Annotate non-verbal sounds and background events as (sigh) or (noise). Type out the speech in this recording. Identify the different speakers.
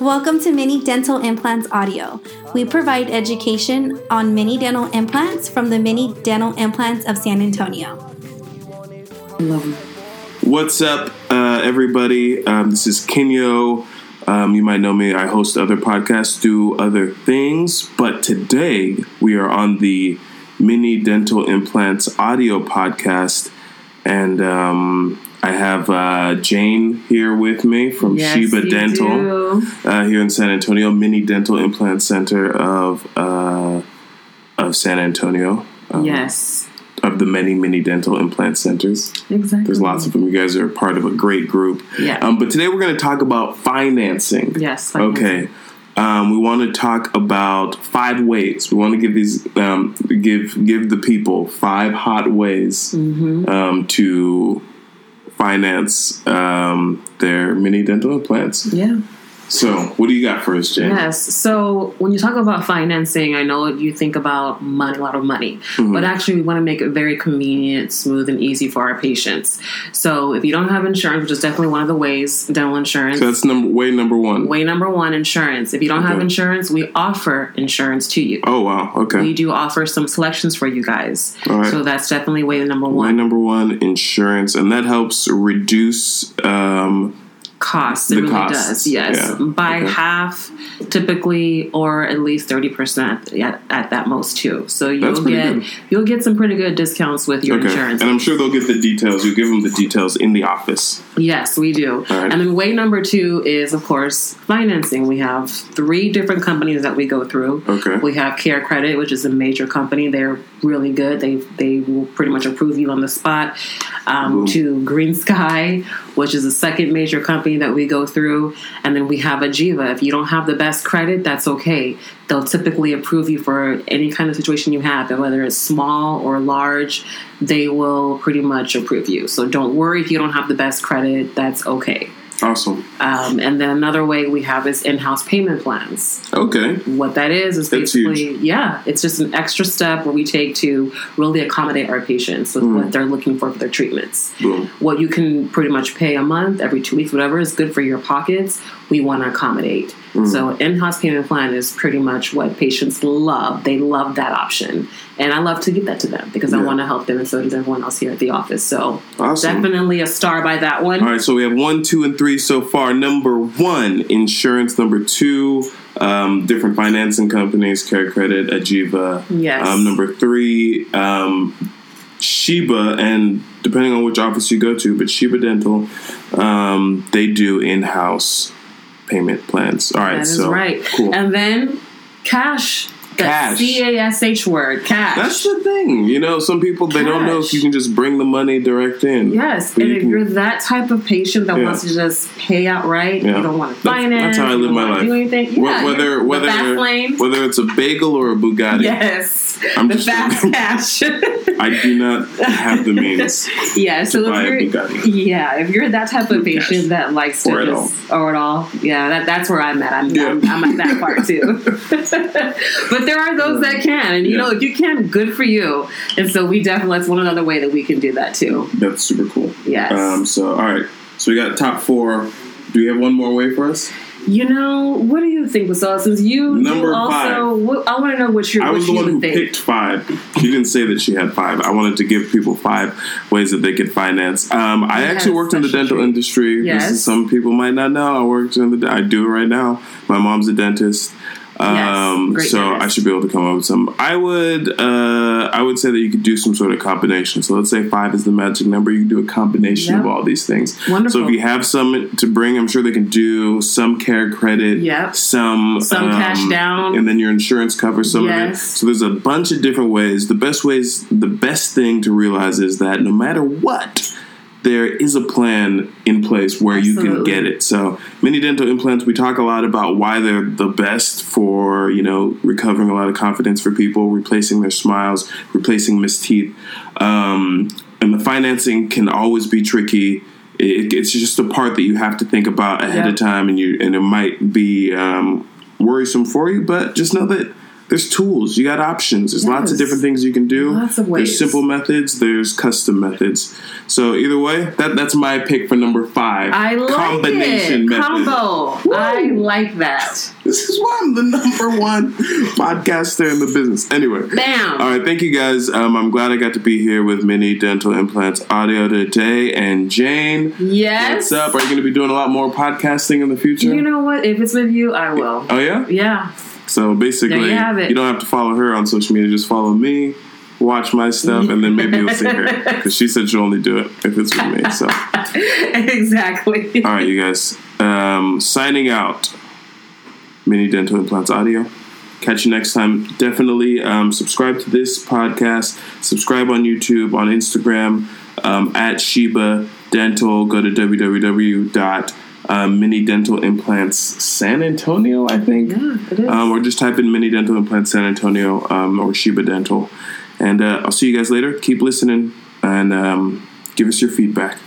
Speaker 1: Welcome to Mini Dental Implants Audio. We provide education on mini dental implants from the Mini Dental Implants of San Antonio.
Speaker 2: What's up, uh, everybody? Um, this is Kenyo. Um, you might know me. I host other podcasts, do other things, but today we are on the Mini Dental Implants audio podcast, and um, I have uh, Jane here with me from
Speaker 3: Yes,
Speaker 2: Sheba
Speaker 3: you
Speaker 2: Oh, Dental
Speaker 3: do.
Speaker 2: uh, here in San Antonio, Mini Dental Implant Center of uh, of San Antonio, um,
Speaker 3: Yes,
Speaker 2: of the many mini dental implant centers.
Speaker 3: exactly.
Speaker 2: There's lots of them. You guys are a part of a great group.
Speaker 3: Yeah.
Speaker 2: Um, but today we're going to talk about financing.
Speaker 3: Yes. like-
Speaker 2: Okay. Um, we want to talk about five ways. We want to give these um, give give the people five hot ways
Speaker 3: Mm-hmm.
Speaker 2: um, to finance um, their mini dental implants.
Speaker 3: Yeah.
Speaker 2: So, what do you got for us, Jane?
Speaker 3: Yes. So when you talk about financing, I know you think about money, a lot of money,
Speaker 2: Mm-hmm.
Speaker 3: but actually we want to make it very convenient, smooth, and easy for our patients. So if you don't have insurance, which is definitely one of the ways, dental insurance.
Speaker 2: So that's number way number one.
Speaker 3: Way number one, insurance. If you don't have
Speaker 2: Okay.
Speaker 3: insurance, we offer insurance to you.
Speaker 2: Oh wow.
Speaker 3: We
Speaker 2: Okay.
Speaker 3: do offer some selections for you guys.
Speaker 2: All right.
Speaker 3: So that's definitely way number
Speaker 2: Way
Speaker 3: one.
Speaker 2: number one, insurance, and that helps reduce um,
Speaker 3: costs. It
Speaker 2: The
Speaker 3: really
Speaker 2: costs,
Speaker 3: does. Yes,
Speaker 2: yeah.
Speaker 3: by
Speaker 2: Okay.
Speaker 3: half typically, or at least thirty percent at, at that most too. So
Speaker 2: That's
Speaker 3: you'll
Speaker 2: pretty
Speaker 3: get
Speaker 2: good.
Speaker 3: you'll get some pretty good discounts with your insurance.
Speaker 2: And I'm sure they'll get the details. You give them the details in the office.
Speaker 3: Yes, we do.
Speaker 2: All right.
Speaker 3: And then way number two is, of course, financing. We have three different companies that we go through.
Speaker 2: Okay.
Speaker 3: We have Care Credit, which is a major company. They're really good. They they will pretty much approve you on the spot. Um,
Speaker 2: Boom.
Speaker 3: to Green Sky, which is the second major company that we go through, and then we have Ajiva. If you don't have the best credit, that's okay. They'll typically approve you for any kind of situation you have, and whether it's small or large, they will pretty much approve you. So don't worry if you don't have the best credit. That's okay.
Speaker 2: Awesome.
Speaker 3: Um, and then another way we have is in-house payment plans
Speaker 2: Okay.
Speaker 3: what that is is
Speaker 2: That's
Speaker 3: basically yeah it's just an extra step where we take to really accommodate our patients with what they're looking for for their treatments
Speaker 2: Mm. Boom.
Speaker 3: what you can pretty much pay a month every two weeks whatever is good for your pockets we want to accommodate
Speaker 2: Mm.
Speaker 3: so in-house payment plan is pretty much what patients love they love that option and i love to give that to them because i
Speaker 2: Yeah.
Speaker 3: want to help them and so does everyone else here at the office so
Speaker 2: Awesome.
Speaker 3: definitely a star by that one
Speaker 2: All right. So we have one, two, and three so far. Number one, insurance. Number two, um, different financing companies, Care Credit, Ajiva.
Speaker 3: Yes.
Speaker 2: Um, number three, um, Sheba, and depending on which office you go to, but Sheba Dental, um, they do in-house payment plans. All right.
Speaker 3: That is
Speaker 2: so
Speaker 3: right.
Speaker 2: Cool.
Speaker 3: And then cash.
Speaker 2: Cash.
Speaker 3: C A S H word. Cash.
Speaker 2: That's the thing, you know. Some people they don't know if
Speaker 3: Cash.
Speaker 2: you can just bring the money direct in.
Speaker 3: yes.
Speaker 2: But
Speaker 3: And
Speaker 2: you
Speaker 3: if
Speaker 2: can-
Speaker 3: you're that type of patient that
Speaker 2: Yeah.
Speaker 3: wants to just pay outright,
Speaker 2: Yeah.
Speaker 3: you don't want to
Speaker 2: That's-
Speaker 3: finance.
Speaker 2: That's how I
Speaker 3: you
Speaker 2: live
Speaker 3: don't
Speaker 2: my
Speaker 3: wanna
Speaker 2: life.
Speaker 3: Do anything.
Speaker 2: Wh-
Speaker 3: Yeah,
Speaker 2: whether
Speaker 3: you're-
Speaker 2: whether
Speaker 3: the fast lane.
Speaker 2: whether it's a bagel or a Bugatti,
Speaker 3: Yes.
Speaker 2: I'm
Speaker 3: the
Speaker 2: just-
Speaker 3: fast
Speaker 2: (laughs)
Speaker 3: cash. (laughs)
Speaker 2: I do not have the means.
Speaker 3: yeah. So
Speaker 2: buy a
Speaker 3: if you're
Speaker 2: Bugatti.
Speaker 3: yeah, if you're that type of
Speaker 2: With cash.
Speaker 3: patient that likes
Speaker 2: Or
Speaker 3: to
Speaker 2: at
Speaker 3: just or at all, yeah, that, that's where I'm at. I'm,
Speaker 2: Yeah.
Speaker 3: I'm, I'm at that
Speaker 2: (laughs)
Speaker 3: part too. (laughs) but there are those that can, and you
Speaker 2: Yeah.
Speaker 3: know, if you can, good for you. And so we definitely that's one another way that we can do that too.
Speaker 2: That's super cool.
Speaker 3: Yes.
Speaker 2: Um. So all right. So we got top four. Do you have one more way for us?
Speaker 3: You know, what do you think, Basal? Since you,
Speaker 2: Number
Speaker 3: you also, what, I want to know what you
Speaker 2: I
Speaker 3: what
Speaker 2: was the
Speaker 3: you
Speaker 2: one who
Speaker 3: would think.
Speaker 2: picked five. She didn't say that she had five. I wanted to give people five ways that they could finance. Um, I
Speaker 3: You had
Speaker 2: actually
Speaker 3: a
Speaker 2: worked in the
Speaker 3: special
Speaker 2: dental
Speaker 3: treat.
Speaker 2: industry. This is
Speaker 3: Yes.
Speaker 2: some people might not know. I worked in the. I do it right now. My mom's a dentist. Um,
Speaker 3: great
Speaker 2: so
Speaker 3: dentist.
Speaker 2: I should be able to come up with some. I would, uh, I would say that you could do some sort of combination. So let's say five is the magic number. You can do a combination of
Speaker 3: Yep.
Speaker 2: all these things. So if
Speaker 3: Wonderful.
Speaker 2: you have some to bring, I'm sure they can do some care credit,
Speaker 3: Yep.
Speaker 2: some um,
Speaker 3: Some cash down.
Speaker 2: and then your insurance covers some of it.
Speaker 3: Yes.
Speaker 2: So there's a bunch of different ways. The best ways, the best thing to realize is that no matter what, there is a plan in place where you can
Speaker 3: Absolutely.
Speaker 2: get it. So mini dental implants, we talk a lot about why they're the best for you know recovering a lot of confidence for people, replacing their smiles, replacing missed teeth, um, and the financing can always be tricky. It, it's just a part that you have to think about ahead
Speaker 3: Yeah.
Speaker 2: of time, and you and it might be um, worrisome for you. But just know that there's tools. You got options. There's lots of
Speaker 3: Yes.
Speaker 2: different things you can do.
Speaker 3: Lots of
Speaker 2: There's
Speaker 3: ways.
Speaker 2: simple methods. There's custom methods. So either way, that that's my pick for number five.
Speaker 3: I like
Speaker 2: combination
Speaker 3: it.
Speaker 2: method.
Speaker 3: Combo. I like that.
Speaker 2: This is why I'm the number one podcaster in the business. Anyway.
Speaker 3: Bam.
Speaker 2: All right, thank you guys. Um, I'm glad I got to be here with Mini Dental Implants Audio today and Jane.
Speaker 3: Yes.
Speaker 2: What's up? Are you going to be doing a lot more podcasting in the future?
Speaker 3: You know what? If it's with you, I will.
Speaker 2: oh yeah.
Speaker 3: Yeah.
Speaker 2: So basically,
Speaker 3: There you have it.
Speaker 2: don't have to follow her on social media. Just follow me, watch my stuff, and then maybe you'll see her
Speaker 3: (laughs)
Speaker 2: because she said she'll only do it if it's with me. So, all (laughs)
Speaker 3: exactly.
Speaker 2: right, you guys. Um, signing out. Mini Dental Implants Audio. Catch you next time. Definitely um, subscribe to this podcast. Subscribe on YouTube, on Instagram, um, at Sheba Dental. Go to uh, www.minidentalimplantssanantonio, I think.
Speaker 3: Yeah, it is.
Speaker 2: um, or just type in mini dental implant San Antonio um, or Sheba Dental. And uh, I'll see you guys later. Keep listening and um, give us your feedback.